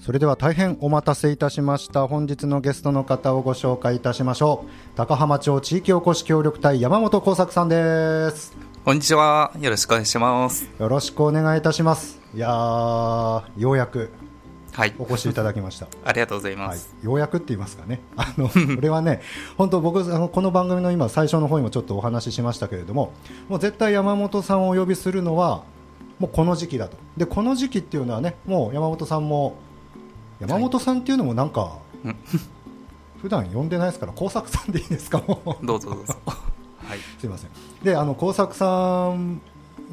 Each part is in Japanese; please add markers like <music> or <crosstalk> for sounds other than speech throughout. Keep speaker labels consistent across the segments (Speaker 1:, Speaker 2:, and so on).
Speaker 1: それでは大変お待たせいたしました本日のゲストの方をご紹介いたしましょう高浜町地域おこし協力隊山本耕作さんです
Speaker 2: こんにちは。よろしくお願いします。
Speaker 1: よろしくお願いいたしますいやーようやく
Speaker 2: はい。
Speaker 1: お越しいただきました
Speaker 2: ありがとうございま
Speaker 1: はい
Speaker 2: す。、
Speaker 1: ようやくって言いますかね、あの <laughs> これはね、本当、僕、あのこの番組の今、最初の方にもちょっとお話ししましたけれども、もう絶対山本さんをお呼びするのは、もうこの時期だと、でこの時期っていうのはね、もう山本さんも、山本さんっていうのもなんか、
Speaker 2: うん
Speaker 1: <laughs> 普段呼んでないですから、耕作さんでいいですか、 <laughs> もう
Speaker 2: どうぞどうぞ。はい。
Speaker 1: すいません。で、あの工作さん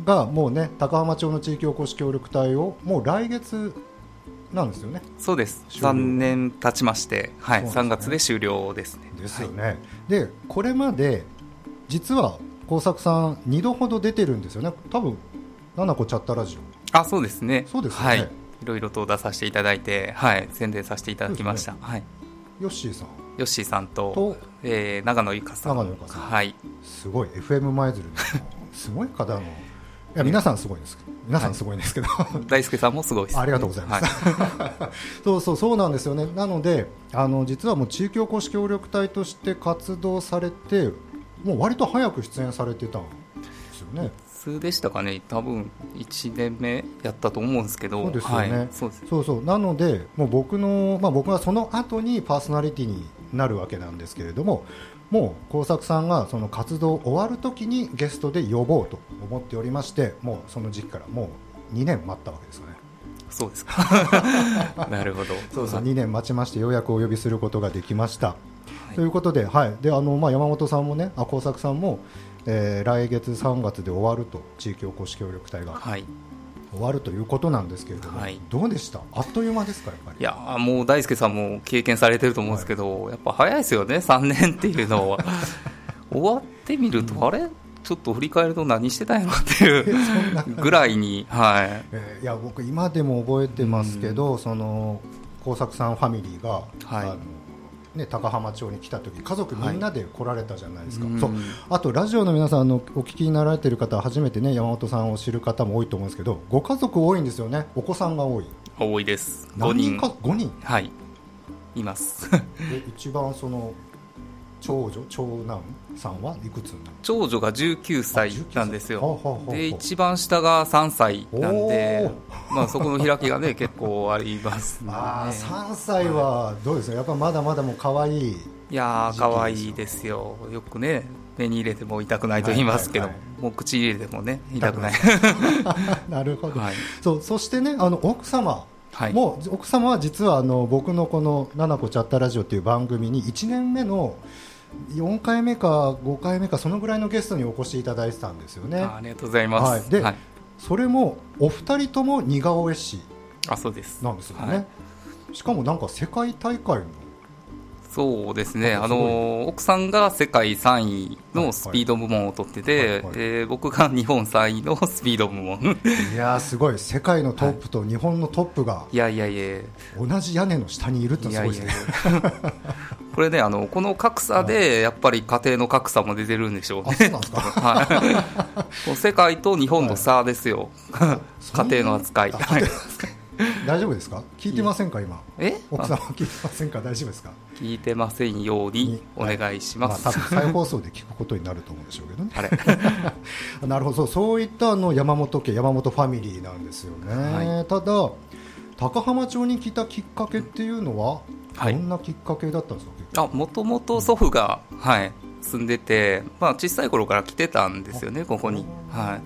Speaker 1: がもうね、高浜町の地域おこし協力隊をもう来月なんですよね。
Speaker 2: そうです。
Speaker 1: 終了
Speaker 2: 3年経ちまして、はい。
Speaker 1: そうですね
Speaker 2: 3月で終了ですね。
Speaker 1: ですよね。で、これまで実は工作さん二度ほど出てるんですよね。多分ななこチャッタラジオ。
Speaker 2: あ、そうですね。
Speaker 1: そうですよね
Speaker 2: はい。いろいろと出させていただいて、はい。宣伝させていただきました。はい。
Speaker 1: ヨッシーさん
Speaker 2: ヨッシーさんと、
Speaker 1: と
Speaker 2: えー、長野ゆかさん。
Speaker 1: 長野ゆかさん
Speaker 2: はい。
Speaker 1: すごい FM 舞鶴の <laughs> すごい方の。いや皆さんすごいです。皆さんすごいんですけど。
Speaker 2: 大輔さんもすごいです、
Speaker 1: ありがとうございます
Speaker 2: は
Speaker 1: <laughs> そうそうそうなんですよね、なので、あの実はもう地域おこし協力隊として活動されて、もう割と早く出演されてたんですよね、
Speaker 2: 普通でしたかね。多分、1年目やったと思うんですけど。
Speaker 1: そうですよね
Speaker 2: はい。そうです。
Speaker 1: そうそう、なので、もう僕の、まあ、僕がその後にパーソナリティになるわけなんですけれども、もう耕作さんがその活動終わるときにゲストで呼ぼうと思っておりまして、もうその時期からもう2年待ったわけですよね。
Speaker 2: そうで
Speaker 1: <laughs>
Speaker 2: すか。 <laughs> なるほど。
Speaker 1: そうそう
Speaker 2: はい
Speaker 1: 2年待ちましてようやくお呼びすることができました。
Speaker 2: はい
Speaker 1: ということで,、はいであのまあ、山本さんもね、あ耕作さんも、えー来月3月で終わると、地域おこし協力隊が
Speaker 2: はい。
Speaker 1: 終わるということなんですけれども、
Speaker 2: はい
Speaker 1: どうでした、あっという間ですか、やっぱり。
Speaker 2: いやーもう大輔さんも経験されてると思うんですけど、やっぱ早いですよね、3年ってい
Speaker 1: <laughs>
Speaker 2: うのは。終わってみると、あれちょっと振り返ると何してたんやろっていうぐらいに、は
Speaker 1: えーいや僕、今でも覚えてますけど、その耕作さんファミリーが、
Speaker 2: はい
Speaker 1: あのね、高浜町に来た時家族みんなで来られたじゃないで
Speaker 2: い。
Speaker 1: すか。
Speaker 2: うん
Speaker 1: そうあとラジオの皆さんあのお聞きになられている方初めてね山本さんを知る方も多いと思うんですけどご家族多いんですよねお子さんが多い
Speaker 2: 多いです。5
Speaker 1: 何人
Speaker 2: 人。
Speaker 1: か5人
Speaker 2: はい。
Speaker 1: <laughs>
Speaker 2: います。
Speaker 1: で一番その長女長男さんはいくつなの
Speaker 2: 長女が19歳なんです
Speaker 1: あ19
Speaker 2: よ。
Speaker 1: 歳はあはあはあ
Speaker 2: で、一番下が3歳なんで
Speaker 1: お、
Speaker 2: まあそこの開きがね、結構ありますね。
Speaker 1: <laughs> ああ3歳はどうですかやっぱまだまだもう可愛い <laughs>
Speaker 2: いやー可愛いですよ、よくね、目に入れても痛くないと言いますけど、
Speaker 1: はいはい
Speaker 2: もう口に入れてもね、痛くない、
Speaker 1: なるほど、
Speaker 2: はい
Speaker 1: そうそしてねあの奥様
Speaker 2: はい、
Speaker 1: もう奥様は実はあの僕のこの「ななこチャッタラジオ」っていう番組に1年目の4回目か5回目かそのぐらいのゲストにお越しいただいてたんですよね
Speaker 2: あありがとうございます、
Speaker 1: は
Speaker 2: はいい
Speaker 1: でそれもお二人とも似顔絵師
Speaker 2: あそうです、
Speaker 1: なんですよね、
Speaker 2: はい
Speaker 1: しかもなんか世界大会の
Speaker 2: そうですね、
Speaker 1: あ
Speaker 2: あ
Speaker 1: すごい
Speaker 2: のー奥さんが世界3位のスピード部門を取ってて、
Speaker 1: はいはい
Speaker 2: えー僕が日本3位のスピード部門、
Speaker 1: いやーすごい世界のトップと日本のトップが
Speaker 2: いやいやいや、
Speaker 1: 同じ屋根の下にいるっての
Speaker 2: い
Speaker 1: は
Speaker 2: や
Speaker 1: すごい
Speaker 2: い
Speaker 1: です
Speaker 2: や
Speaker 1: ね
Speaker 2: いやこれね <laughs> あの、この格差でやっぱり家庭の格差も出てるんでしょうね
Speaker 1: あ。そうなんですか <laughs>
Speaker 2: はい、もう世界と日本の差ですよ、
Speaker 1: そう
Speaker 2: 家庭の扱い。
Speaker 1: あ家庭の扱い大丈夫ですか聞いてませんか今
Speaker 2: え
Speaker 1: 奥様聞いてませんか大丈夫ですか
Speaker 2: 聞いてませんようにお願いします。
Speaker 1: まあ、多分再放送で聞くことになると思うんでしょうけどね <laughs>
Speaker 2: あれ
Speaker 1: なるほどそういったあの山本家山本ファミリーなんですよね、
Speaker 2: は
Speaker 1: ただ高浜町に来たきっかけっていうのは、
Speaker 2: はい
Speaker 1: どんなきっかけだったんですか結局
Speaker 2: あ、もともと祖父が、はい、住んでて、まあ小さい頃から来てたんですよね、ここに。は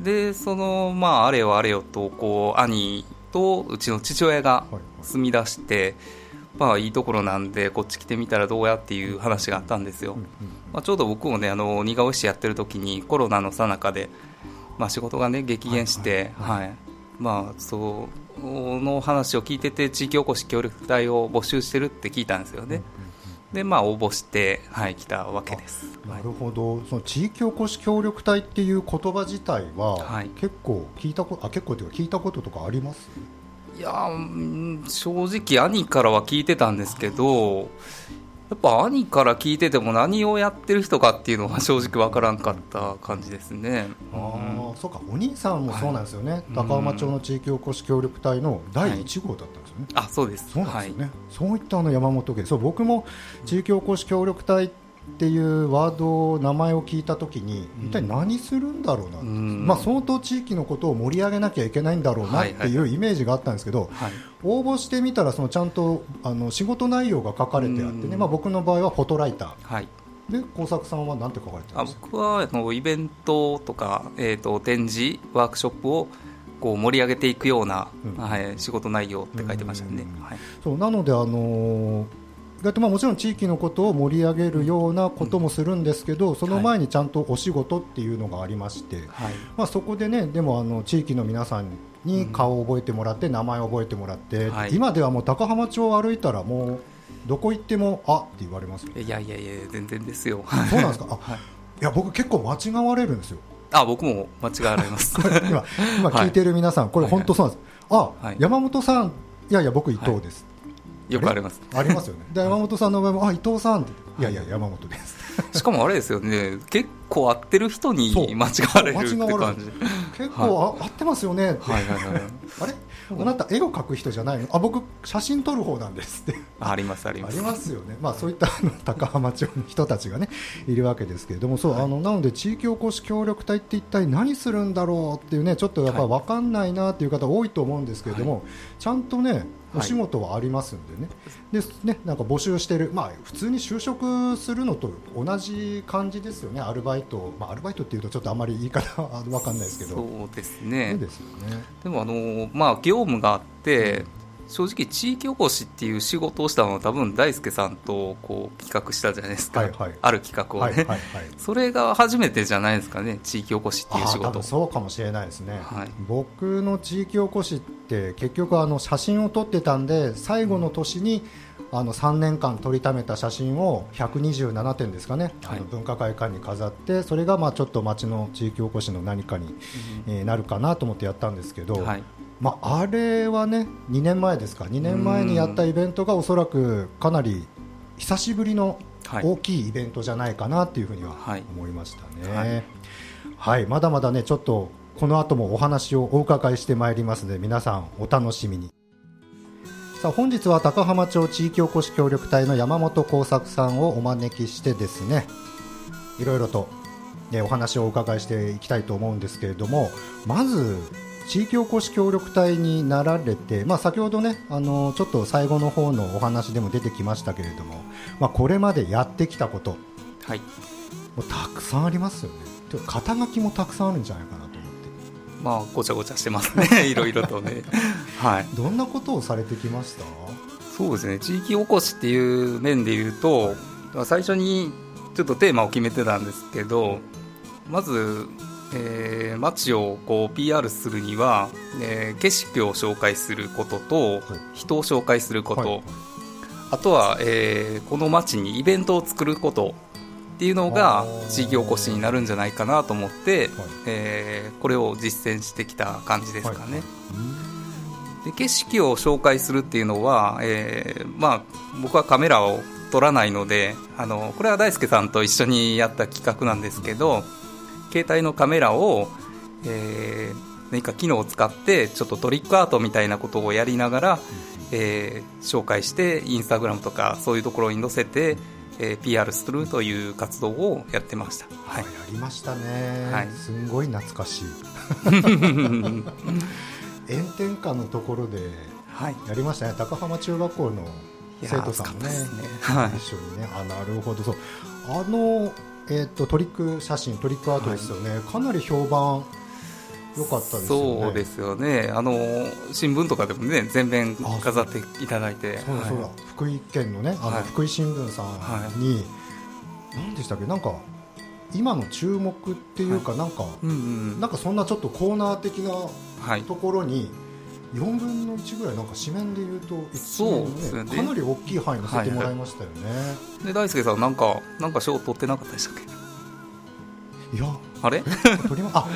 Speaker 2: い。で、その、まああれよあれよと、こう、兄とうちの父親が
Speaker 1: はいはい
Speaker 2: 住み出して、まあいいところなんで、こっち来てみたらどうやっていう話があったんですよ。
Speaker 1: うんうん
Speaker 2: まあ、ちょうど僕もね、あの似顔絵師やってる時に、コロナの最中で、まあ、仕事がね、激減して、
Speaker 1: は
Speaker 2: はいまあ、その話を聞いてて、地域おこし協力隊を募集してるって聞いたんですよね、で、まあ、応募して、はい、来たわけです。は
Speaker 1: ないるほど、その地域おこし協力隊っていう言葉自体は、
Speaker 2: はい
Speaker 1: 結構聞いたことあ結構というか聞いたこととかあります？
Speaker 2: いやーうん正直、兄からは聞いてたんですけど、やっぱ兄から聞いてても何をやってる人かっていうのは正直わからんかった感じですね。
Speaker 1: ああ、そうか、お兄さんもそうなんですよね、高浜町の地域おこし協力隊の第一号だったんですよね。
Speaker 2: あ、そうです。
Speaker 1: そうなんですよね、そういったあの山本家そう僕も地域おこし協力隊っていうワード名前を聞いたときに、
Speaker 2: うん
Speaker 1: 一体何するんだろうな、
Speaker 2: うん
Speaker 1: まあ、相当地域のことを盛り上げなきゃいけないんだろうなっ
Speaker 2: はい
Speaker 1: て
Speaker 2: はい
Speaker 1: いうイメージがあったんですけど、
Speaker 2: はい。はい
Speaker 1: 応募してみたらそのちゃんとあの仕事内容が書かれてあってね、
Speaker 2: うん
Speaker 1: まあ、僕の場合はフォトライタ
Speaker 2: はい
Speaker 1: ーで耕作さんは何て書かれてた
Speaker 2: あ
Speaker 1: んですか
Speaker 2: 僕はあのイベントとか、えー、と展示ワークショップをこう盛り上げていくような、
Speaker 1: うん
Speaker 2: はい、仕事内容って書いてましたね
Speaker 1: うん、
Speaker 2: はい、
Speaker 1: そうなのであのー意外とまあもちろん地域のことを盛り上げるようなこともするんですけど、その前にちゃんとお仕事っていうのがありまして、
Speaker 2: はい
Speaker 1: まあ、そこでねでもあの地域の皆さんに顔を覚えてもらって、名前を覚えてもらって、
Speaker 2: はい
Speaker 1: 今ではもう高浜町を歩いたらもうどこ行ってもあって言われますよ
Speaker 2: えいやいやいや全然ですよ
Speaker 1: そうなんですかあ、
Speaker 2: はい
Speaker 1: い、や僕結構間違われるんですよ
Speaker 2: あ僕も間違われます
Speaker 1: <laughs> 今今聞いてる皆さん、これ本当そうなんです、あ、
Speaker 2: はい
Speaker 1: 山本さんいやいや僕伊藤です、
Speaker 2: よくあります
Speaker 1: ありますよねで山本さんの場合もあ伊藤さんっていやいや山本です
Speaker 2: しかもあれですよね結構会ってる人に
Speaker 1: そう
Speaker 2: 間違われるって
Speaker 1: 間違わ
Speaker 2: 感
Speaker 1: れ
Speaker 2: じ
Speaker 1: る結構、あ合ってますよねって、
Speaker 2: はいはいはい
Speaker 1: あれあなた絵を描く人じゃないのあ僕写真撮る方なんですって
Speaker 2: ありますあり
Speaker 1: あ
Speaker 2: ま
Speaker 1: り
Speaker 2: す
Speaker 1: ますよね、まあ、そういったあの高浜町の人たちが、ね、いるわけですけれどもそう、あのなので地域おこし協力隊って一体何するんだろうっていうねちょっとやっぱ
Speaker 2: はい
Speaker 1: 分かんないなっていう方多いと思うんですけれども、ちゃんとね
Speaker 2: はい
Speaker 1: お仕事はありますんでね,、でねなんか募集してる、まあ、普通に就職するのと同じ感じですよねアルバイト、まあ、アルバイトっていうとちょっとあまり言い方は <laughs> 分かんないですけど。
Speaker 2: そうです
Speaker 1: そ
Speaker 2: ね
Speaker 1: うですよね
Speaker 2: でもあのーまあ業務があって、正直地域おこしっていう仕事をしたのは多分大輔さんとこう企画したじゃないですか、
Speaker 1: はいはい
Speaker 2: ある企画を
Speaker 1: は
Speaker 2: ね、
Speaker 1: いはいはい
Speaker 2: それが初めてじゃないですかね地域おこし <laughs> っていう
Speaker 1: あ
Speaker 2: 仕
Speaker 1: ー多
Speaker 2: 事
Speaker 1: 分そうかもしれないですね、
Speaker 2: はい
Speaker 1: 僕の地域おこしって結局あの写真を撮ってたんで最後の年にあの3年間撮りためた写真を127点ですかね、
Speaker 2: はい
Speaker 1: あの文化会館に飾ってそれがまあちょっと町の地域おこしの何かに、えーなるかなと思ってやったんですけど、
Speaker 2: はい、
Speaker 1: まあ、あれはね2年前ですか2年前にやったイベントがおそらくかなり久しぶりの
Speaker 2: はい
Speaker 1: 大きいイベントじゃないかなっていうふうには
Speaker 2: はい
Speaker 1: 思いましたね。は
Speaker 2: はい
Speaker 1: い、まだまだねちょっとこの後もお話をお伺いしてまいりますので皆さんお楽しみに。さあ本日は高浜町地域おこし協力隊の山本耕作さんをお招きしてですねいろいろと、ね、お話をお伺いしていきたいと思うんですけれどもまず地域おこし協力隊になられて、まあ、先ほどねあのちょっと最後の方のお話でも出てきましたけれども、まあ、これまでやってきたことも
Speaker 2: はい、
Speaker 1: うたくさんありますよねてか肩書きもたくさんあるんじゃないかなと思って
Speaker 2: まあごちゃごちゃしてますね <laughs> いろいろとねはい
Speaker 1: どんなことをされてきました
Speaker 2: そうですね地域おこしっていう面で言うと最初にちょっとテーマを決めてたんですけどまず、えー街をこう PR するには、えー景色を紹介することと
Speaker 1: はい
Speaker 2: 人を紹介すること、
Speaker 1: はい
Speaker 2: あとは、えーこの街にイベントを作ることっていうのが
Speaker 1: あー
Speaker 2: 地域おこしになるんじゃないかなと思って、
Speaker 1: はい
Speaker 2: えーこれを実践してきた感じですかね。
Speaker 1: はいうん
Speaker 2: で景色を紹介するっていうのは、えーまあ、僕はカメラを撮らないのであのこれは大輔さんと一緒にやった企画なんですけど携帯のカメラを、えー何か機能を使ってちょっとトリックアートみたいなことをやりながら、えー紹介してインスタグラムとかそういうところに載せて、えー PR するという活動をやってました。は
Speaker 1: あ
Speaker 2: い
Speaker 1: <laughs> や
Speaker 2: <laughs>
Speaker 1: りましたね、
Speaker 2: はい
Speaker 1: すんごい懐かしい炎天下のところで
Speaker 2: はい、
Speaker 1: やりましたね高浜中学校の
Speaker 2: いや
Speaker 1: 生徒さんもね
Speaker 2: 暑かったですねはい
Speaker 1: 一緒にねあなるほどそうあの、えっとトリック写真トリックアートですよね、かなり評判良かったですよね
Speaker 2: そうですよねあの新聞とかでもね全面飾っていただいて
Speaker 1: そうだそうだ、
Speaker 2: はい
Speaker 1: 福井県のねあの、
Speaker 2: はい
Speaker 1: 福井新聞さんに、何でしたっけなんか今の注目っていうか、なんか、
Speaker 2: うんうん
Speaker 1: なんかそんなちょっとコーナー的な
Speaker 2: はい
Speaker 1: ところに4分の1ぐらいなんか紙面でいうと一面
Speaker 2: そう
Speaker 1: の
Speaker 2: ですね
Speaker 1: かなり大きい範囲載せてもらいましたよね、
Speaker 2: で大輔さんなんかなんか賞取ってなかったでしたっけ
Speaker 1: いや
Speaker 2: あれ
Speaker 1: <laughs> 取りまあ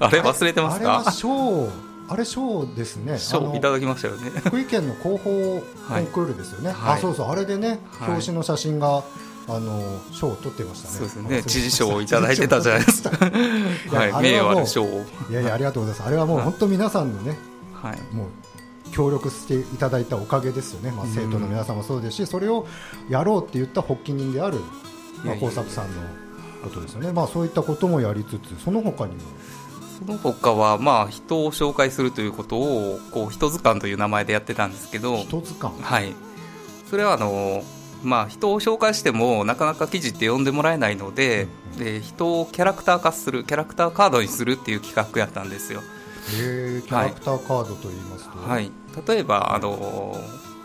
Speaker 2: <laughs> あれ忘れてます
Speaker 1: あれは
Speaker 2: か
Speaker 1: 賞あれ賞ですね
Speaker 2: 賞いただきましたよね
Speaker 1: 福井県の広報コンクールですよね、
Speaker 2: はい
Speaker 1: あそうそうあれでね、
Speaker 2: はい
Speaker 1: 表紙の写真があの賞を取ってましたね
Speaker 2: そうです
Speaker 1: あ忘れ
Speaker 2: ね
Speaker 1: てました
Speaker 2: 知事賞をいただいてたじゃないですか
Speaker 1: <laughs> や
Speaker 2: はい
Speaker 1: あれ
Speaker 2: 名
Speaker 1: は
Speaker 2: 誉
Speaker 1: もう
Speaker 2: ある賞を
Speaker 1: いやいやありがとうございますあれはもう本当皆さんのね
Speaker 2: はい
Speaker 1: もう協力していただいたおかげですよね、まあ、
Speaker 2: うん
Speaker 1: 生徒の皆さんもそうですし、それをやろうって言った発起人である、まあ、
Speaker 2: いやいや
Speaker 1: 工作さんのことですよね、まあ、そういったこともやりつつ、その他にも、
Speaker 2: その他はまあ人を紹介するということをこう人図鑑という名前でやってたんですけど
Speaker 1: 一つ感、
Speaker 2: はい、それはあの、まあ、人を紹介してもなかなか記事って読んでもらえないので,、で人をキャラクター化するキャラクターカードにするっていう企画やったんですよ、
Speaker 1: えーキャラクターカードといいますと、
Speaker 2: はい、例えばあの、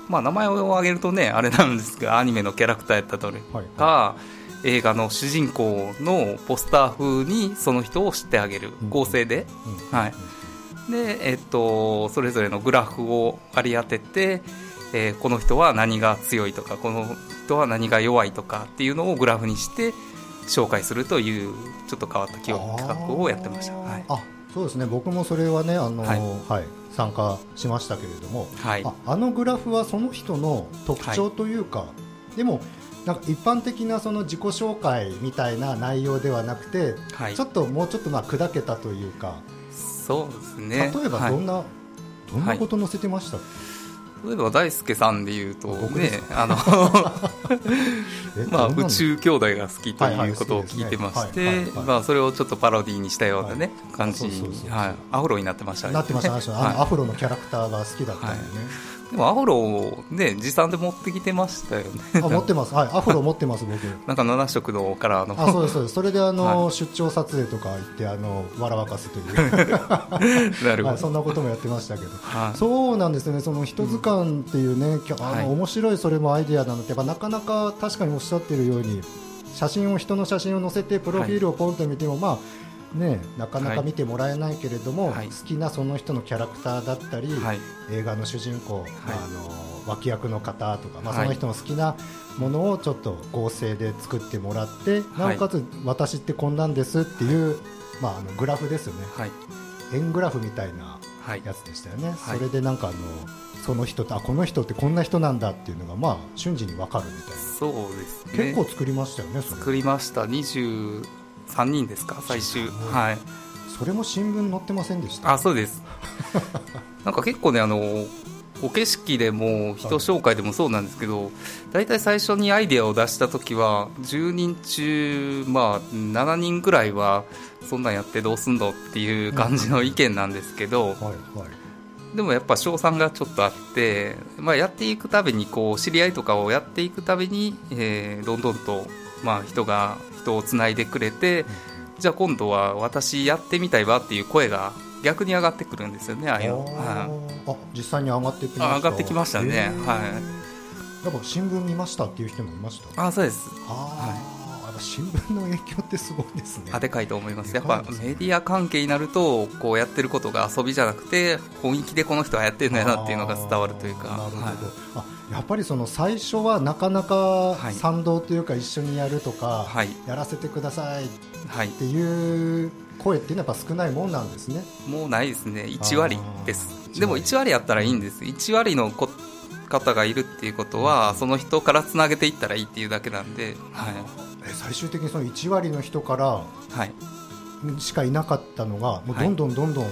Speaker 2: まあ、名前を挙げるとねあれなんですがアニメのキャラクターやったと
Speaker 1: はい
Speaker 2: か、映画の主人公のポスター風にその人を知ってあげる
Speaker 1: うん
Speaker 2: 構成で、
Speaker 1: うん
Speaker 2: はいで、えっと、それぞれのグラフをあり当てて、えーこの人は何が強いとかこの人は何が弱いとかっていうのをグラフにして紹介するというちょっと変わった企画企画をやってました、
Speaker 1: あー
Speaker 2: はい
Speaker 1: あそうですね僕もそれはねあの、
Speaker 2: は
Speaker 1: はいい参加しましたけれども、
Speaker 2: はい
Speaker 1: ああのグラフはその人の特徴というか、でもなんか一般的なその自己紹介みたいな内容ではなくて、
Speaker 2: はい
Speaker 1: ちょっともうちょっとまあ砕けたというか、
Speaker 2: そうですね
Speaker 1: 例えばどん
Speaker 2: はい、
Speaker 1: な、どんなこと載せてました、
Speaker 2: 例えば大輔さんで言うと
Speaker 1: 僕で
Speaker 2: ね
Speaker 1: す <laughs>
Speaker 2: あの、
Speaker 1: え
Speaker 2: まあ、
Speaker 1: どんな
Speaker 2: 宇
Speaker 1: の
Speaker 2: 宙兄弟が好きと
Speaker 1: はいはいいう
Speaker 2: ことを聞いてまし
Speaker 1: 好きで
Speaker 2: て
Speaker 1: すねはいはいはい
Speaker 2: まあそれをちょっとパロディーにしたようなね、感じ
Speaker 1: そうそうそうそ
Speaker 2: に、
Speaker 1: う
Speaker 2: はい、アフロになってましたね
Speaker 1: なってました、あの
Speaker 2: はい
Speaker 1: アフロのキャラクターが好きだったんでね、
Speaker 2: でもアフロをね持参で持ってきてましたよね <laughs>
Speaker 1: あ持ってます、はい、アフロ持ってます、僕。
Speaker 2: なんか七色のからあの
Speaker 1: あそうですそうですそれであの、出張撮影とか行ってあの笑わかすと
Speaker 2: <laughs>
Speaker 1: いう、
Speaker 2: なる
Speaker 1: ま
Speaker 2: ほ
Speaker 1: あ、そ
Speaker 2: ど
Speaker 1: んなこともやってましたけど。
Speaker 2: はい
Speaker 1: そうなんですよね、その人図鑑っていうね、きょあの、
Speaker 2: はい
Speaker 1: 面白いそれもアイデアなのって、やっぱなかなか確かにおっしゃってるように、写真を、人の写真を載せて、プロフィールをポンと見ても、まあ、ね、なかな
Speaker 2: は
Speaker 1: か
Speaker 2: い
Speaker 1: 見てもらえないけれども、
Speaker 2: はい
Speaker 1: 好きなその人のキャラクターだったり、
Speaker 2: はい
Speaker 1: 映画の主人公、まああの脇役の方とか、まあ、その人の好きなものをちょっと合成で作ってもらって、
Speaker 2: い
Speaker 1: なおかつ私ってこんなんですっていう、まあ、あのグラフですよね
Speaker 2: はい
Speaker 1: 円グラフみたいな
Speaker 2: はい
Speaker 1: やつでしたよね、
Speaker 2: はい
Speaker 1: それでなんかあのその人とあこの人ってこんな人なんだっていうのが、まあ、瞬時にわかるみたい
Speaker 2: そうです
Speaker 1: な、
Speaker 2: ね
Speaker 1: 結構作りましたよねそ
Speaker 2: 作
Speaker 1: れ
Speaker 2: りました23人ですか最終
Speaker 1: そう
Speaker 2: はい
Speaker 1: それも新聞載ってませんでした
Speaker 2: あそうです
Speaker 1: <laughs>
Speaker 2: なんか結構ねあのお景色でも人紹介でもそうなんですけど大体最初にアイデアを出した時は10人中、まあ、7人ぐらいはそんなんやってどうすんのっていう感じの意見なんですけど、
Speaker 1: はいはい
Speaker 2: でもやっぱ賞賛がちょっとあって、まあ、やっていくたびにこう知り合いとかをやっていくたびに、えーどんどんと、まあ、人が人をつないでくれてじゃあ今度は私やってみたいわっていう声が逆に上がってくるんですよねああいうの
Speaker 1: あ
Speaker 2: は
Speaker 1: ーあ実際に上がってきました
Speaker 2: あ上がってきましたね
Speaker 1: へー
Speaker 2: はい
Speaker 1: やっぱ新聞見ましたっていう人もいました
Speaker 2: いあそうです
Speaker 1: あーやっぱ新聞の影響ってすごいですね
Speaker 2: あでかいと思います
Speaker 1: で
Speaker 2: やっ
Speaker 1: か
Speaker 2: ぱ
Speaker 1: いですね
Speaker 2: メディア関係になるとこうやってることが遊びじゃなくて本気でこの人はやってるんだよなっていうのが伝わるというか
Speaker 1: あーなる
Speaker 2: はい
Speaker 1: ほど、あやっぱりその最初はなかなか
Speaker 2: はい
Speaker 1: 賛同というか一緒にやるとか、
Speaker 2: はい
Speaker 1: やらせてくださいっ
Speaker 2: はい
Speaker 1: ていう声っていうのはやっぱ少ないもんなんですね
Speaker 2: もうないですね1割です
Speaker 1: あー
Speaker 2: で
Speaker 1: 1
Speaker 2: も
Speaker 1: 割
Speaker 2: 1割やったらいいんです1割のこ方がいるっていうことはその人からつなげていったらいいっていうだけなんでは
Speaker 1: え最終的にその1割の人から
Speaker 2: い、はい、
Speaker 1: しかいなかったのがもう
Speaker 2: はい
Speaker 1: どんどんどんどん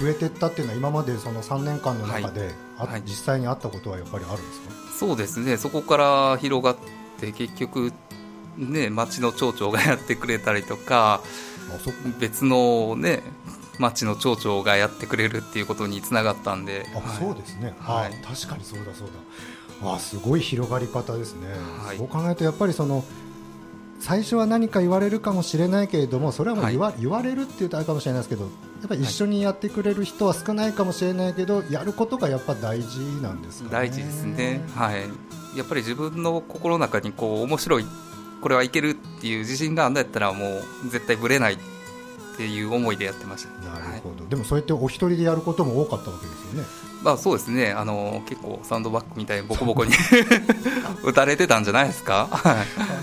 Speaker 1: 増えていったっていうのは今までその3年間の中で、あ
Speaker 2: はい
Speaker 1: 実際にあったことはやっぱりあるんですか、
Speaker 2: そうですねそこから広がって結局ね町の町長がやってくれたりとか
Speaker 1: あそっか
Speaker 2: 別のね町の町長がやってくれるっていうことにつながったんで
Speaker 1: あ、
Speaker 2: はい
Speaker 1: そうですね。
Speaker 2: は
Speaker 1: はいい、確かにそうだそうだ。あ、すごい広がり方ですね。
Speaker 2: はい
Speaker 1: そう考えるとやっぱりその最初は何か言われるかもしれないけれども、それはもう
Speaker 2: はい
Speaker 1: 言わ,、言われるっていうとあれかもしれないですけど、やっぱり一緒にやってくれる人は少ないかもしれないけど、やることがやっぱ大事なんですかね。
Speaker 2: 大事ですね、はい、やっぱり自分の心の中にこう面白いこれはいけるっていう自信があんだったらもう絶対ぶれないっっていう思いでやってました、
Speaker 1: な
Speaker 2: は
Speaker 1: る
Speaker 2: い
Speaker 1: ほど、でもそうやってお一人でやることも多かったわけですよね
Speaker 2: まあ、そうですねあの結構サンドバッグみたいにボコボコ
Speaker 1: <laughs>
Speaker 2: に打たれてたんじゃないですかは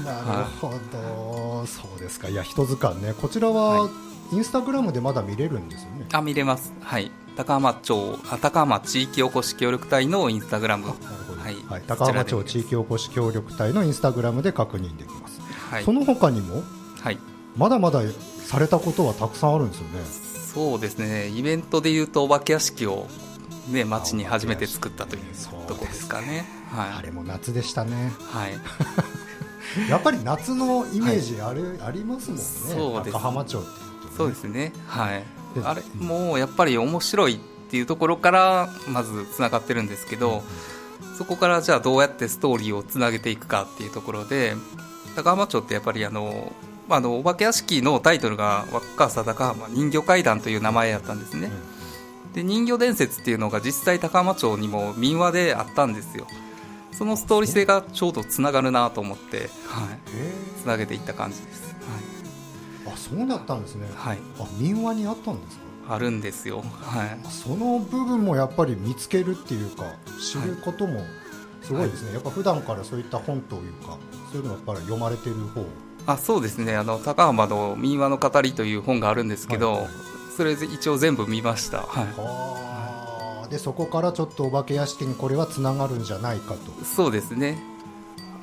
Speaker 2: い
Speaker 1: なるほど、そうですか、いや、人図鑑ね、こちらは
Speaker 2: は
Speaker 1: インスタグラムでまだ見れるんですよね。
Speaker 2: あ見れますはい高浜町あ高浜地域おこし協力隊のインスタグラム
Speaker 1: なるほど
Speaker 2: はい
Speaker 1: はい、高浜町
Speaker 2: そち
Speaker 1: 地
Speaker 2: らで見れます
Speaker 1: 域おこし協力隊のインスタグラムで確認できます、
Speaker 2: はい
Speaker 1: その他にも
Speaker 2: はい
Speaker 1: まだまだされたことはたくさんあるんですよね
Speaker 2: そうですねイベントでいうとお化け屋敷をね町に初めて作ったという
Speaker 1: そう
Speaker 2: とこですかねは
Speaker 1: あ
Speaker 2: い
Speaker 1: れも夏でしたね
Speaker 2: はい
Speaker 1: やっぱり夏のイメージある、ありますもんね
Speaker 2: そうです
Speaker 1: 高浜町っていうと、ね、
Speaker 2: そうですねはい
Speaker 1: で
Speaker 2: あれもうやっぱり面白いっていうところからまずつながってるんですけどそこからじゃあどうやってストーリーをつなげていくかっていうところで高浜町ってやっぱりあのまああのお化け屋敷のタイトルが若狭高浜人魚怪談という名前だったんですね、で人魚伝説っていうのが実際高浜町にも民話であったんですよそのストーリー性がちょうどつながるなと思って、はい、
Speaker 1: へ
Speaker 2: つなげていった感じです、
Speaker 1: ーあそうだったんですね
Speaker 2: はいはい、
Speaker 1: あ民話にあったんですか
Speaker 2: あるんですよ、はい、
Speaker 1: その部分もやっぱり見つけるっていうか知ることもすごいですね、やっぱ普段からそういった本というかそういうのはやっぱり読まれてる方
Speaker 2: あそうですねあの高浜の民話の語りという本があるんですけど、
Speaker 1: はいはい
Speaker 2: それ一応全部見ました、はい、
Speaker 1: はあでそこからちょっとお化け屋敷にこれはつながるんじゃないかと
Speaker 2: そうですね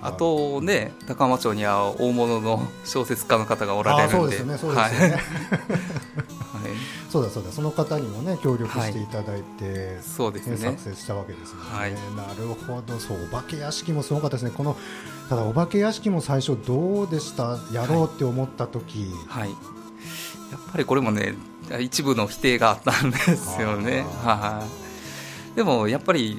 Speaker 2: あとね高浜町には大物の小説家の方がおられ
Speaker 1: あ
Speaker 2: る
Speaker 1: ーそう
Speaker 2: んで
Speaker 1: ですよねそうですよ
Speaker 2: はい
Speaker 1: ね、
Speaker 2: はい、
Speaker 1: <laughs> そうだそうだその方にもね協力していただいて、
Speaker 2: そうです
Speaker 1: ね、
Speaker 2: ね
Speaker 1: 作成したわけですもんね、
Speaker 2: はい
Speaker 1: なるほどそうお化け屋敷もすごかったですねこのただお化け屋敷も最初どうでしたやろうって思った時、
Speaker 2: はい、やっぱりこれもね一部の否定があったんですよね、
Speaker 1: あ
Speaker 2: はい、でもやっぱり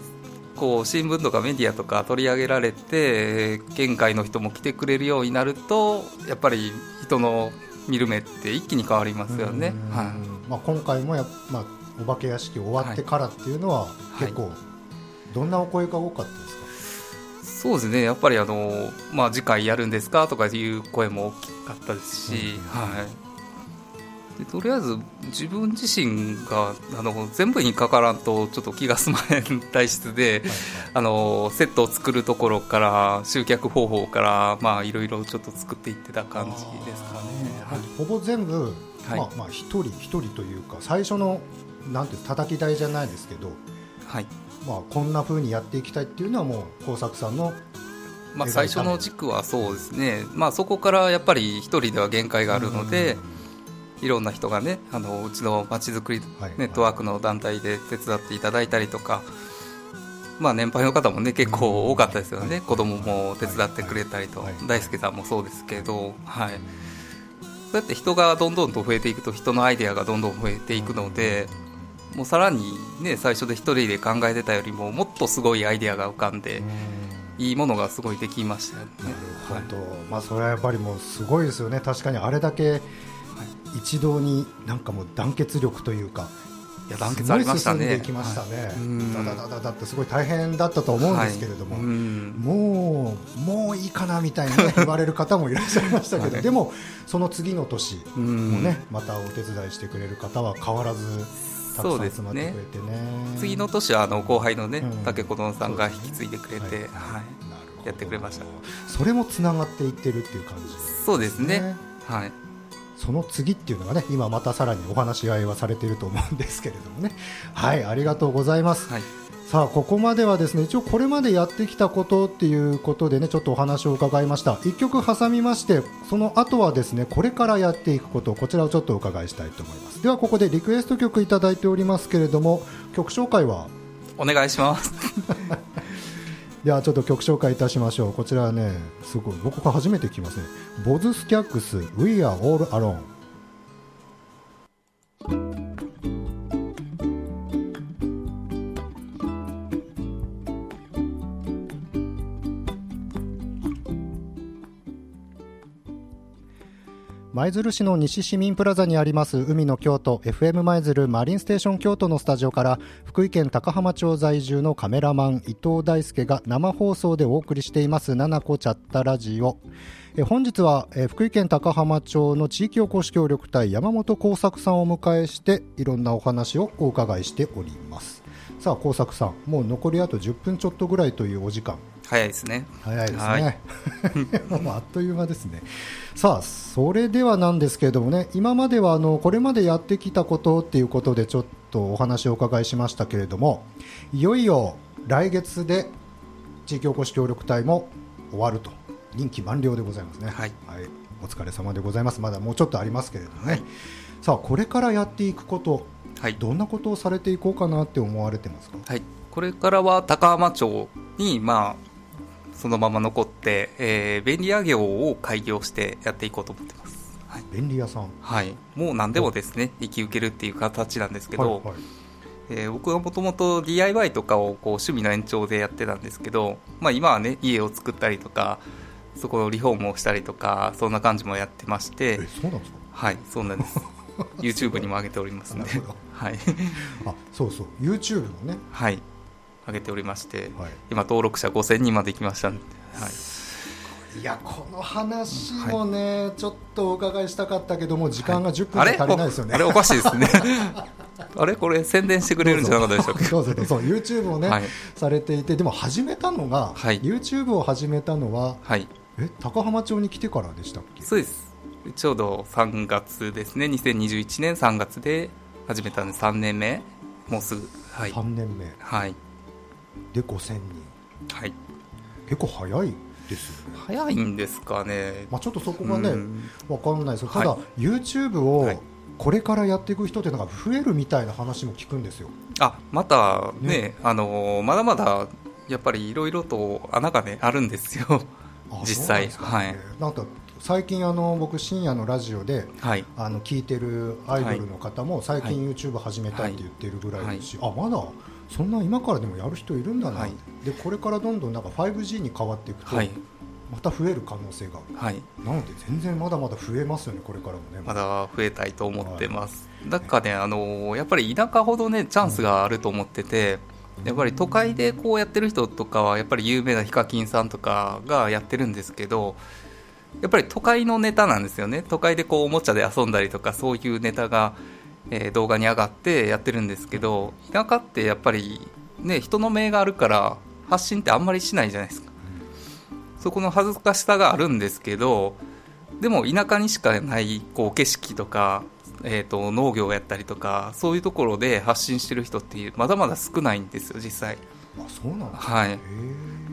Speaker 2: こう新聞とかメディアとか取り上げられて県外の人も来てくれるようになるとやっぱり人の見る目って一気に変わりますよね
Speaker 1: うん、
Speaker 2: はい
Speaker 1: まあ、今回もやっ、まあ、お化け屋敷終わってからっていうのは、
Speaker 2: い
Speaker 1: 結構、どんなお声が多かったですか、
Speaker 2: そうですねやっぱりあの、まあ、次回やるんですかとかいう声も大きかったです
Speaker 1: う
Speaker 2: し、
Speaker 1: ん
Speaker 2: はい、でとりあえず自分自身があの全部にかからんとちょっと気が済まへん体質で、あのセットを作るところから集客方法からまあいろいろちょっと作っていってた感じですかね。
Speaker 1: あーほぼ全部、
Speaker 2: はい
Speaker 1: まあまあ、一人一人というか、最初のなんていう叩き台じゃないですけど、
Speaker 2: はい
Speaker 1: まあ、こんな風にやっていきたいっていうのは、もう耕作さんの、描い
Speaker 2: まあ、
Speaker 1: た
Speaker 2: 最初の軸はそうですね、まあ、そこからやっぱり一人では限界があるので、いろんな人がねあのうちのまちづくり
Speaker 1: はい
Speaker 2: ネットワークの団体で手伝っていただいたりとか、まあ、年配の方もね結構多かったですよね、
Speaker 1: うん
Speaker 2: 子供も手伝ってくれたりと、
Speaker 1: はいはい
Speaker 2: 大輔さんもそうですけど、はい
Speaker 1: うん
Speaker 2: そうやって人がどんどんと増えていくと人のアイデアがどんどん増えていくので、もうさらに、ね、最初で一人で考えてたよりももっとすごいアイデアが浮かんで
Speaker 1: うん、
Speaker 2: いいものがすごいできましたよね。
Speaker 1: なる
Speaker 2: はい
Speaker 1: ほど、まあ、それはやっぱりもうすごいですよね、確かにあれだけ一堂になんかもう団結力というか、
Speaker 2: いや団結ありましたね
Speaker 1: すごい進んでいきましたね、
Speaker 2: うん
Speaker 1: だだだだだってすごい大変だったと思うんですけれども、
Speaker 2: はいうん
Speaker 1: もう、もういいかなみたいにね、言われる方もいらっしゃいましたけど、
Speaker 2: はい
Speaker 1: でも、その次の年
Speaker 2: う
Speaker 1: も
Speaker 2: ん
Speaker 1: ね、またお手伝いしてくれる方は変わらず、たく
Speaker 2: そう
Speaker 1: さん
Speaker 2: です
Speaker 1: 集
Speaker 2: ね
Speaker 1: まってくれてね。
Speaker 2: 次の年はあの後輩のね、
Speaker 1: うん
Speaker 2: 竹子丼さんが引き継いでくれて、
Speaker 1: そうですね
Speaker 2: はい
Speaker 1: なるほど
Speaker 2: やってくれました
Speaker 1: それもつながっていってるっていう感じです
Speaker 2: そうですね。はい、
Speaker 1: その次っていうのがね、今またさらにお話し合いはされていると思うんですけれどもね。はい、ありがとうございます。
Speaker 2: はい、
Speaker 1: さあここまではですね一応これまでやってきたことっていうことでねちょっとお話を伺いました一曲挟みましてその後はですねこれからやっていくことこちらをちょっとお伺いしたいと思いますではここでリクエスト曲いただいておりますけれども曲紹介は
Speaker 2: お願いします。 <laughs>
Speaker 1: ではちょっと曲紹介いたしましょうこちらはねすごい僕が初めて聞きますねボズスキャックス We are all alone 舞鶴市の西市民プラザにあります海の京都 FM 舞鶴マリンステーション京都のスタジオから福井県高浜町在住のカメラマン伊藤大輔が生放送でお送りしています「ななこチャッタラジオ」え本日はえ福井県高浜町の地域おこし協力隊山本耕作さんをお迎えしていろんなお話をお伺いしておりますさあ耕作さんもう残りあと10分ちょっとぐらいというお時間
Speaker 2: 早いですね。
Speaker 1: 早いですね、
Speaker 2: は
Speaker 1: <laughs> もうあっという間ですねさあそれではなんですけれどもね今まではあのこれまでやってきたことっていうことでちょっとお話をお伺いしましたけれどもいよいよ来月で地域おこし協力隊も終わると任期満了でございますね
Speaker 2: はい、
Speaker 1: お疲れ様でございますまだもうちょっとありますけれどもね、
Speaker 2: はい
Speaker 1: さあこれからやっていくこと
Speaker 2: はい。
Speaker 1: どんなことをされていこうかなって思われてますか
Speaker 2: はい、これからは高浜町に、まあ、そのまま残って、えー便利屋業を開業してやっていこうと思ってます、はい
Speaker 1: 便利屋さん
Speaker 2: はい、もう何でもですね生き受けるっていう形なんですけど、
Speaker 1: はいはい
Speaker 2: えー僕はもともと DIY とかをこう趣味の延長でやってたんですけど、まあ、今はね家を作ったりとかそこのリフォームをしたりとかそんな感じもやってまし
Speaker 1: え
Speaker 2: て
Speaker 1: そうなんですか
Speaker 2: はいそうな
Speaker 1: <laughs>
Speaker 2: んです YouTube にも上げておりますんで
Speaker 1: なるほど
Speaker 2: はい、
Speaker 1: あそうそう YouTube もね、
Speaker 2: はい、上げておりまして、
Speaker 1: は
Speaker 2: 今登録者5000人まで行きましたんで、はい、
Speaker 1: い、いやこの話もね、ちょっとお伺いしたかったけども時間が10分
Speaker 2: あ
Speaker 1: じゃ
Speaker 2: れ
Speaker 1: 足りないですよね、
Speaker 2: あれおかしいですねあれこれ宣伝してくれるんじゃなかったでしたっ
Speaker 1: <laughs>
Speaker 2: け
Speaker 1: そうそうそう YouTube をね、
Speaker 2: はい
Speaker 1: されていてでも始めたのが、
Speaker 2: はい
Speaker 1: YouTube を始めたのは
Speaker 2: はい
Speaker 1: え高浜町に来てからでしたっけ
Speaker 2: そうですちょうど3月ですね2021年3月で始めたんで3年目もうすぐはい
Speaker 1: 3年目
Speaker 2: はい、
Speaker 1: で5000人
Speaker 2: はい、
Speaker 1: 結構早いですよね、
Speaker 2: 早いんですかね
Speaker 1: まあ、ちょっとそこがね、
Speaker 2: うん
Speaker 1: わかんないですけどただ、
Speaker 2: はい
Speaker 1: YouTube を
Speaker 2: はい
Speaker 1: これからやっていく人っていうのが増えるみたいな話も聞くんですよ。
Speaker 2: あまたね
Speaker 1: ね
Speaker 2: あのーまだまだやっぱりいろいろと穴がねあるんですよ
Speaker 1: あ
Speaker 2: 実際
Speaker 1: そうなんですかねなんか最近あの僕深夜のラジオで
Speaker 2: はい
Speaker 1: あの聞いてるアイドルの方も最近 YouTube 始めたって言ってるぐらいですし、あまだそんな今からでもやる人いるんだな、
Speaker 2: はい
Speaker 1: でこれからどんどんなんか 5G に変わっていくと
Speaker 2: はい
Speaker 1: また増える可能性がある
Speaker 2: はい
Speaker 1: なので全然まだまだ増えますよねこれからもね、
Speaker 2: まだ増えたいと思ってます、だからね、あのーやっぱり田舎ほどねチャンスがあると思ってて、やっぱり都会でこうやってる人とかはやっぱり有名なヒカキンさんとかがやってるんですけどやっぱり都会のネタなんですよね都会でこうおもちゃで遊んだりとかそういうネタが、えー動画に上がってやってるんですけど田舎ってやっぱりね人の目があるから発信ってあんまりしないじゃないですかそこの恥ずかしさがあるんですけどでも田舎にしかないこう景色とか、えー、と農業をやったりとかそういうところで発信してる人っていうまだまだ少ないんですよ実際
Speaker 1: あそうなんだ、
Speaker 2: はい
Speaker 1: へー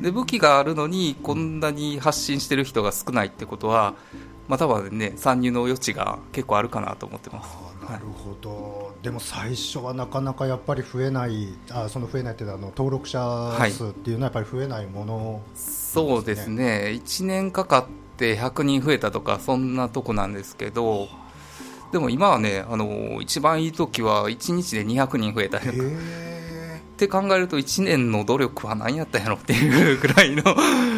Speaker 2: で武器があるのにこんなに発信してる人が少ないってことはまたはね参入の余地が結構あるかなと思ってます
Speaker 1: あーなるほど、でも最初はなかなかやっぱり増えないあその増えないっていうのはあの登録者数っていうのはやっぱり増えないもの、
Speaker 2: そうですね1年かかって100人増えたとかそんなとこなんですけどでも今はねあの一番いい時は1日で200人増えたりとか
Speaker 1: へ
Speaker 2: って考えると1年の努力は何やったんやろっていうぐらいの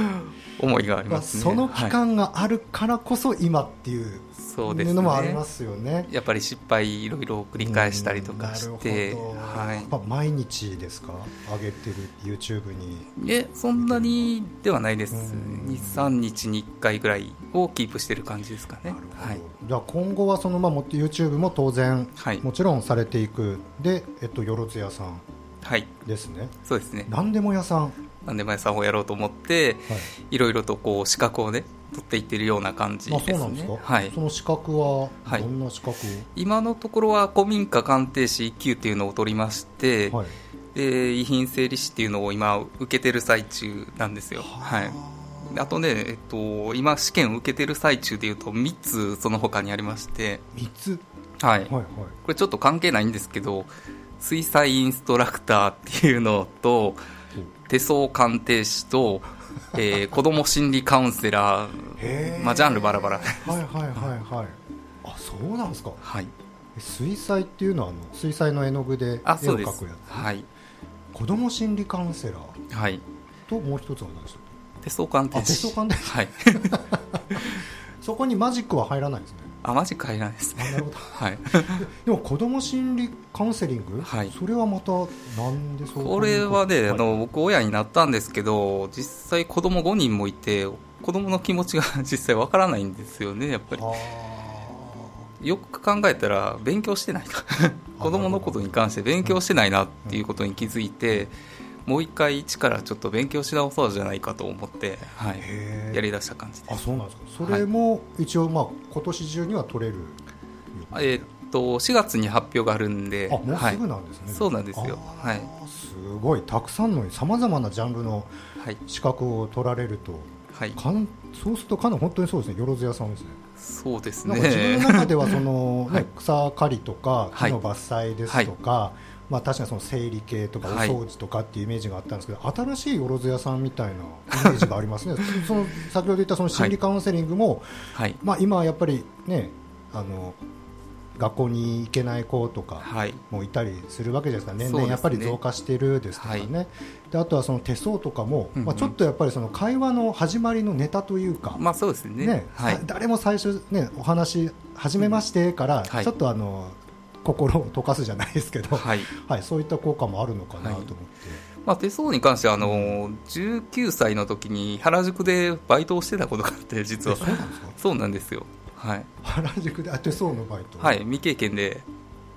Speaker 2: <laughs> 思いがあ
Speaker 1: ー
Speaker 2: り
Speaker 1: まあ、
Speaker 2: ますね、
Speaker 1: その期
Speaker 2: はい
Speaker 1: 間があるからこそ今っていう
Speaker 2: そうですね
Speaker 1: のもありますよね。
Speaker 2: やっぱり失敗いろいろ繰り返したりとかして、
Speaker 1: うんなるほど
Speaker 2: は
Speaker 1: やっぱ毎日ですか上げてる YouTube に
Speaker 2: い、でそんなにではないです、
Speaker 1: うん
Speaker 2: 23日に1回ぐらいをキープしてる感じですか
Speaker 1: な
Speaker 2: ね
Speaker 1: るほど
Speaker 2: はい、
Speaker 1: じゃあ今後はそのまま YouTube も当然、
Speaker 2: はい
Speaker 1: もちろんされていくで、えっと、よろず屋さん
Speaker 2: はい、
Speaker 1: ですね
Speaker 2: そうですね
Speaker 1: 何でも屋さん、は
Speaker 2: なんで前さんをやろうと思っていろいろとこう資格をね取っていってるような感じ
Speaker 1: い、あ
Speaker 2: です
Speaker 1: そうなんです
Speaker 2: ね
Speaker 1: か、
Speaker 2: はい
Speaker 1: その資格は
Speaker 2: はい
Speaker 1: どんな資格、
Speaker 2: 今のところは古民家鑑定士1級っていうのを取りまして、
Speaker 1: はい
Speaker 2: で遺品整理士っていうのを今受けてる最中なんですよはいであとね、えっと、今試験受けてる最中でいうと3つその他にありまして、
Speaker 1: 3つ
Speaker 2: はい、
Speaker 1: はいはい
Speaker 2: これちょっと関係ないんですけど水彩インストラクターっていうのと手相鑑定士と、
Speaker 1: <laughs>
Speaker 2: えー子供心理カウンセラー、
Speaker 1: へー
Speaker 2: まあジャンルバラバラ
Speaker 1: はいはいはいはいあそうなんですか
Speaker 2: はい、
Speaker 1: え水彩っていうのはあの水彩の絵の具で絵を
Speaker 2: あそうで
Speaker 1: 描
Speaker 2: す
Speaker 1: くやつ、
Speaker 2: はい、
Speaker 1: 子供心理カウンセラー
Speaker 2: はい、
Speaker 1: ともう一つは何でしたっ
Speaker 2: 手相鑑定士
Speaker 1: あ手相鑑定士
Speaker 2: はい、
Speaker 1: けそこにマジックは入らないんですね
Speaker 2: あマジ帰らないですね
Speaker 1: なるほど
Speaker 2: <laughs>
Speaker 1: <laughs>
Speaker 2: はい
Speaker 1: でも子ども心理カウンセリング、
Speaker 2: はい
Speaker 1: それはまたなんでそう
Speaker 2: これはね、あ
Speaker 1: あ
Speaker 2: の僕親になったんですけど実際子供5人もいて子供の気持ちが <laughs> 実際わからないんですよねやっぱりよく考えたら勉強して
Speaker 1: <laughs>
Speaker 2: ないな子供のことに関して勉強してないなっていうことに気づいてもう一回一からちょっと勉強し直そうじゃないかと思って、はい、
Speaker 1: へー
Speaker 2: やりだした感じで
Speaker 1: あ
Speaker 2: す
Speaker 1: そうなんですかそれも一応まあ今年中には取れるように
Speaker 2: えーっと4月に発表があるんで
Speaker 1: あもう
Speaker 2: は
Speaker 1: す
Speaker 2: い
Speaker 1: ぐなんですね、
Speaker 2: そうなんですよ
Speaker 1: あーすごいたくさんのさまざまなジャンルの
Speaker 2: はい
Speaker 1: 資格を取られると
Speaker 2: はい、
Speaker 1: かんそうするとかなり本当にそうですねよろず屋さんですね
Speaker 2: そうです
Speaker 1: なんか自分の
Speaker 2: ね
Speaker 1: 中ではその、ね
Speaker 2: <laughs> はい
Speaker 1: 草刈りとか
Speaker 2: は
Speaker 1: 木
Speaker 2: い
Speaker 1: の伐採ですとか、まあ、確かにその整理系とかお
Speaker 2: はい
Speaker 1: 掃除とかっていうイメージがあったんですけど、新しいよろず屋さんみたいなイメージがあります
Speaker 2: <laughs>
Speaker 1: ねその先ほど言ったその心理カウンセリングも、
Speaker 2: はい
Speaker 1: まあ、今はやっぱりねあの学校に行けない子とか、
Speaker 2: はい
Speaker 1: もういたりするわけじゃないですか、年
Speaker 2: そうです
Speaker 1: 々
Speaker 2: ね
Speaker 1: やっぱり増加しているですとかね、であとはその手相とかも、
Speaker 2: うんうん
Speaker 1: まあ、ちょっとやっぱりその会話の始まりのネタというか、
Speaker 2: まあそうですね
Speaker 1: ね
Speaker 2: はい
Speaker 1: さ誰も最初、ね、お話、初めましてから、
Speaker 2: んはい
Speaker 1: ちょっとあの心を溶かすじゃないですけ
Speaker 2: <laughs>
Speaker 1: ど、はい
Speaker 2: はい
Speaker 1: そういった効果もあるのかなと
Speaker 2: は
Speaker 1: 思
Speaker 2: い
Speaker 1: って、
Speaker 2: まあ、手相に関してはあの19歳の時に原宿でバイトをしてたことがあって実
Speaker 1: え
Speaker 2: は
Speaker 1: そうなんですか
Speaker 2: そうなんですよはい、
Speaker 1: 原宿であ手相のバイト、
Speaker 2: はい、未経験で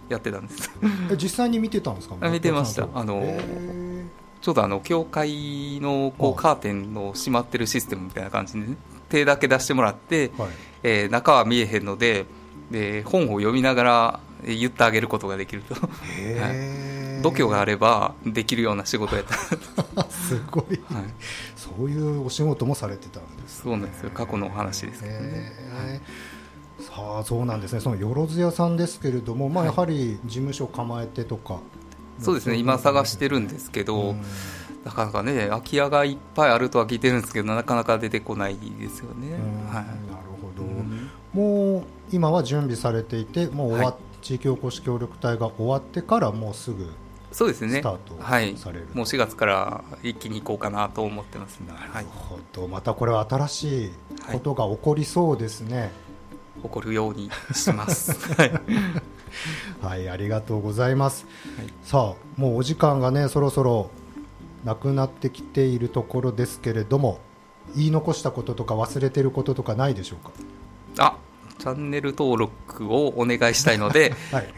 Speaker 2: やってたんです
Speaker 1: え実際に見てたんですか、
Speaker 2: あ見てましたあの
Speaker 1: へー
Speaker 2: ちょうどあの教会のこ
Speaker 1: は
Speaker 2: う
Speaker 1: い
Speaker 2: カーテンの閉まってるシステムみたいな感じで、ね、手だけ出してもらって、
Speaker 1: はい、
Speaker 2: えー中は見えへんのでで本を読みながらえー言ってあげることができると
Speaker 1: へー
Speaker 2: 度胸があればできるような仕事やった、
Speaker 1: <laughs> すごい
Speaker 2: はい、
Speaker 1: そういうお仕事もされてたんです、
Speaker 2: そうなんですよ過去のお話ですけどね
Speaker 1: へーさあそうなんですねそのよろず屋さんですけれども、まあ、
Speaker 2: は
Speaker 1: や
Speaker 2: い
Speaker 1: はり事務所構えてとか、
Speaker 2: そうですね今探してるんですけど、
Speaker 1: うん
Speaker 2: なかなかね空き家がいっぱいあるとは聞いてるんですけどなかなか出てこないですよね、
Speaker 1: うん
Speaker 2: は
Speaker 1: なるほど、
Speaker 2: い
Speaker 1: もう今は準備されていてもう終わっ、地域おこし協力隊が終わってからもうすぐ
Speaker 2: そうですね
Speaker 1: スタート
Speaker 2: はい
Speaker 1: される
Speaker 2: もう4月から一気に行こうかなと思ってます、
Speaker 1: な
Speaker 2: はい
Speaker 1: る、ほどまたこれは新しいことが起こりそうですね、
Speaker 2: 起こるようにします、
Speaker 1: <laughs>
Speaker 2: はい
Speaker 1: はい、ありがとうございます。さあ、もうお時間がね、そろそろなくなってきているところですけれども、言い残したこととか忘れてることとかないでしょうか。
Speaker 2: あチャンネル登録をお願いしたいの
Speaker 1: <laughs>
Speaker 2: で
Speaker 1: はい、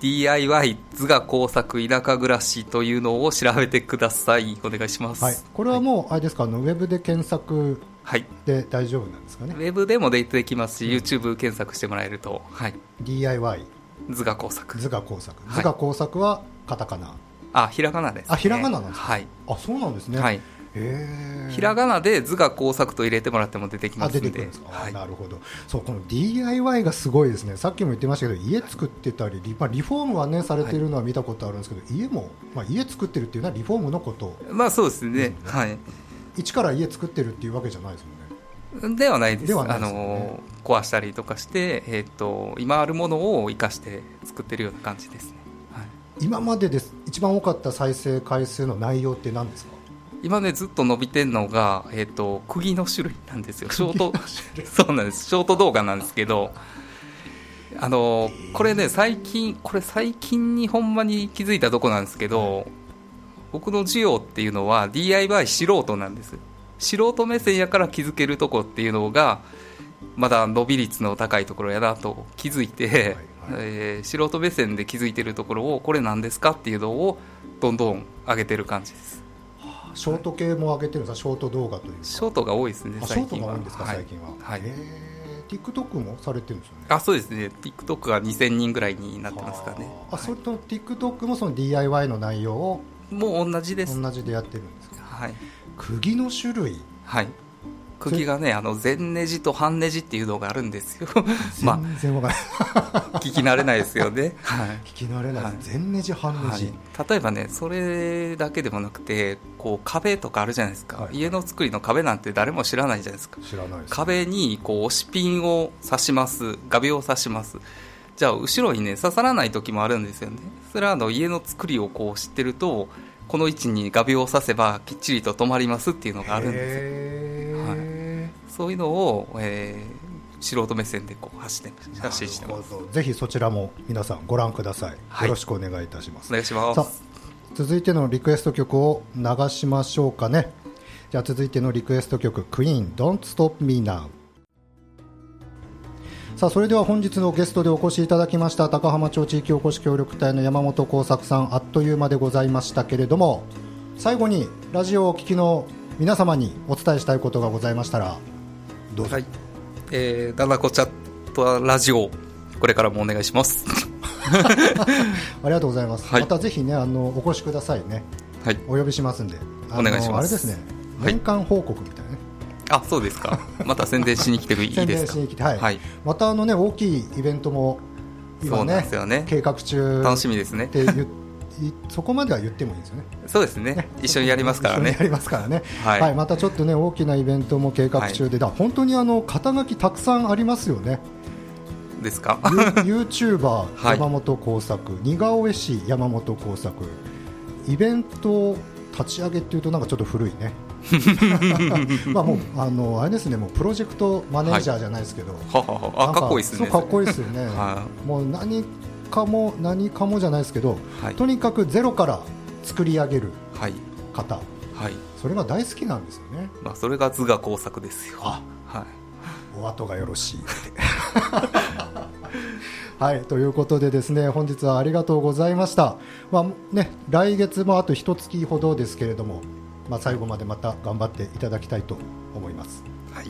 Speaker 2: DIY 図画工作田舎暮らしというのを調べてくださいお願いします
Speaker 1: はい、これはもうあれですか、あのウェブで検索
Speaker 2: はい
Speaker 1: で大丈夫なんですか
Speaker 2: ウ
Speaker 1: ね。
Speaker 2: ェブでも出てきますし YouTube 検索してもらえると、はい、
Speaker 1: DIY
Speaker 2: 図画工作
Speaker 1: 図画工作、
Speaker 2: はい
Speaker 1: 図画工作はカタカナ。
Speaker 2: あひらがなです、ね、
Speaker 1: あひらがななんです
Speaker 2: はい、
Speaker 1: あ、そうなんですね。
Speaker 2: はい
Speaker 1: へー
Speaker 2: ひらがなで図画工作と入れてもらっても出てき
Speaker 1: あ
Speaker 2: ます
Speaker 1: 出
Speaker 2: んで
Speaker 1: てくるんですか、あ
Speaker 2: はい、
Speaker 1: なるほどそうこの DIY がすごいですねさっきも言ってましたけど家作ってたりリ,、まあ、リフォームはねされているのは見たことあるんですけど、家も、まあ、家作ってるっていうのはリフォームのこと
Speaker 2: まあそうですね、はい、
Speaker 1: 一から家作ってるっていうわけじゃないですもんね
Speaker 2: ではないです
Speaker 1: ではない
Speaker 2: あ
Speaker 1: ですよね
Speaker 2: の壊したりとかして、えっと今あるものを生かして作ってるような感じですね、はい、
Speaker 1: 今までです一番多かった再生回数の内容って何ですか
Speaker 2: 今ねずっと伸びてんのが、えっと釘の種類なんですよショート <laughs> そうなんですショート動画なんですけどあのこれね最近これ最近にほんまに気づいたとこなんですけど、僕の授業っていうのは DIY 素人なんです素人目線やから気づけるとこっていうのがまだ伸び率の高いところやなと気づいて、
Speaker 1: はいはい
Speaker 2: えー素人目線で気づいてるところをこれ何ですかっていうのをどんどん上げてる感じです
Speaker 1: ショート系も上げてるんですかショート動画というか
Speaker 2: ショートが多いですね
Speaker 1: あショ
Speaker 2: 最
Speaker 1: ートが
Speaker 2: 近は
Speaker 1: 多いんですか、
Speaker 2: はい
Speaker 1: 最近は、
Speaker 2: はい
Speaker 1: えー、TikTok もされてるんですよね
Speaker 2: あそうですね TikTok が2000人ぐらいになってますからね
Speaker 1: あ、それと TikTok もその DIY の内容を
Speaker 2: もう同じです
Speaker 1: 同じでやってるんですか
Speaker 2: はい、
Speaker 1: 釘の種類
Speaker 2: はい、釘がねあの前ネジと半ネジっていうのがあるんですよ <laughs> まあ
Speaker 1: 全然わからない、
Speaker 2: 聞き慣れないですよ
Speaker 1: <laughs>
Speaker 2: ね、はい
Speaker 1: 聞き慣れない、
Speaker 2: はい
Speaker 1: 全ネジ半ネ
Speaker 2: は
Speaker 1: ジ、
Speaker 2: い、例えばねそれだけでもなくてこう壁とかあるじゃないですか、
Speaker 1: はい
Speaker 2: 家の作りの壁なんて誰も知らないじゃないですか
Speaker 1: 知らないです、
Speaker 2: 壁にこう押しピンを刺します画鋲を刺しますじゃあ後ろにね刺さらない時もあるんですよねそれはあの家の作りをこう知ってるとこの位置に画鋲を刺せばきっちりと止まりますっていうのがあるんですよ
Speaker 1: へー
Speaker 2: そういうのを、えー素人目線でこう発信発信してます。
Speaker 1: ぜひそちらも皆さんご覧ください。はい、よろしくお願いいたします。
Speaker 2: お願いします。
Speaker 1: 続いてのリクエスト曲を流しましょうかね。じゃあ続いてのリクエスト曲、クイーン Don't Stop Me Now。さあそれでは本日のゲストでお越しいただきました高浜町地域おこし協力隊の山本耕作さんあっという間でございましたけれども最後にラジオをお聞きの皆様にお伝えしたいことがございましたらどうぞ、はい
Speaker 2: えー、だだこチャットラジオこれからもお願いします
Speaker 1: ありがとうございます、はい、またぜひねあのお越しくださいね、はい、お呼びしますんで
Speaker 2: お願いします
Speaker 1: あれですね年間報告みたいなね、
Speaker 2: あそうですか、また宣伝しに来ていいですか、
Speaker 1: はい、はい、またあの、ね、大きいイベントも今ね、
Speaker 2: ね
Speaker 1: 計画中
Speaker 2: 楽しみですね
Speaker 1: そこまでは言ってもいいですよね、
Speaker 2: そうですね、ね一緒にやりますからね、
Speaker 1: やりますからね、はい、はい、またちょっとね、大きなイベントも計画中で、はい、本当にあの肩書きたくさんありますよ
Speaker 2: <laughs>
Speaker 1: ね。
Speaker 2: ですか <laughs>
Speaker 1: ユーチューバー山本耕作、似顔絵師山本耕作、イベント立ち上げっていうと、なんかちょっと古い
Speaker 2: <laughs>
Speaker 1: ね。まあもうあのあれですねもうプロジェクトマネージャーじゃないですけど、
Speaker 2: はい、はははあかっこいいですね。
Speaker 1: かっこいいですよ
Speaker 2: <laughs>
Speaker 1: ね。はい、もう何かも何かもじゃないですけど、はい、とにかくゼロから作り上げる方、はい、はい、それが大好きなんですよね。。
Speaker 2: まあそれが図画工作ですよ。はい
Speaker 1: お後がよろしい。 <laughs> はい、ということでですね、本日はありがとうございました。まあね、来月もあと一月ほどですけれども、まあ、最後までまた頑張っていただきたいと思います。
Speaker 2: はい、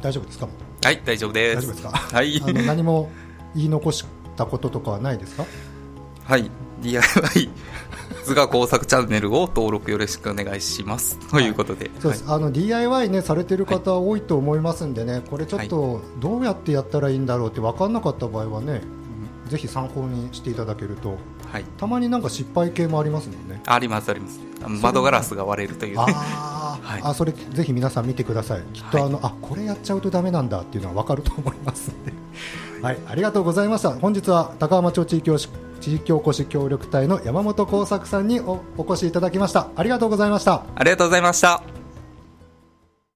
Speaker 1: 大丈夫です
Speaker 2: <laughs>
Speaker 1: か
Speaker 2: はい、大丈夫で
Speaker 1: 大
Speaker 2: す。
Speaker 1: 丈夫ですか。
Speaker 2: はい、
Speaker 1: あの何も言い残したこととかはないですか。
Speaker 2: はい、DIY <laughs> 図画工作チャンネルを登録よろしくお願いします。はい、ということで、
Speaker 1: そうです。はい、あの DIY ねされてる方多いと思いますんでね、これちょっとどうやってやったらいいんだろうって分かんなかった場合はね、ぜひ参考にしていただけると、はい、たまになんか失敗系もありますもんね
Speaker 2: ありますあります窓ガラスが割れるという、ね、
Speaker 1: あ、はい、あそれぜひ皆さん見てくださいきっとあの、はい、あこれやっちゃうとだめなんだっていうのは分かると思いますので、はい、ありがとうございました本日は高浜町地域お地域おこし協力隊の山本耕作さんにお越しいただきましたありがとうございました
Speaker 2: <laughs> ありがとうございました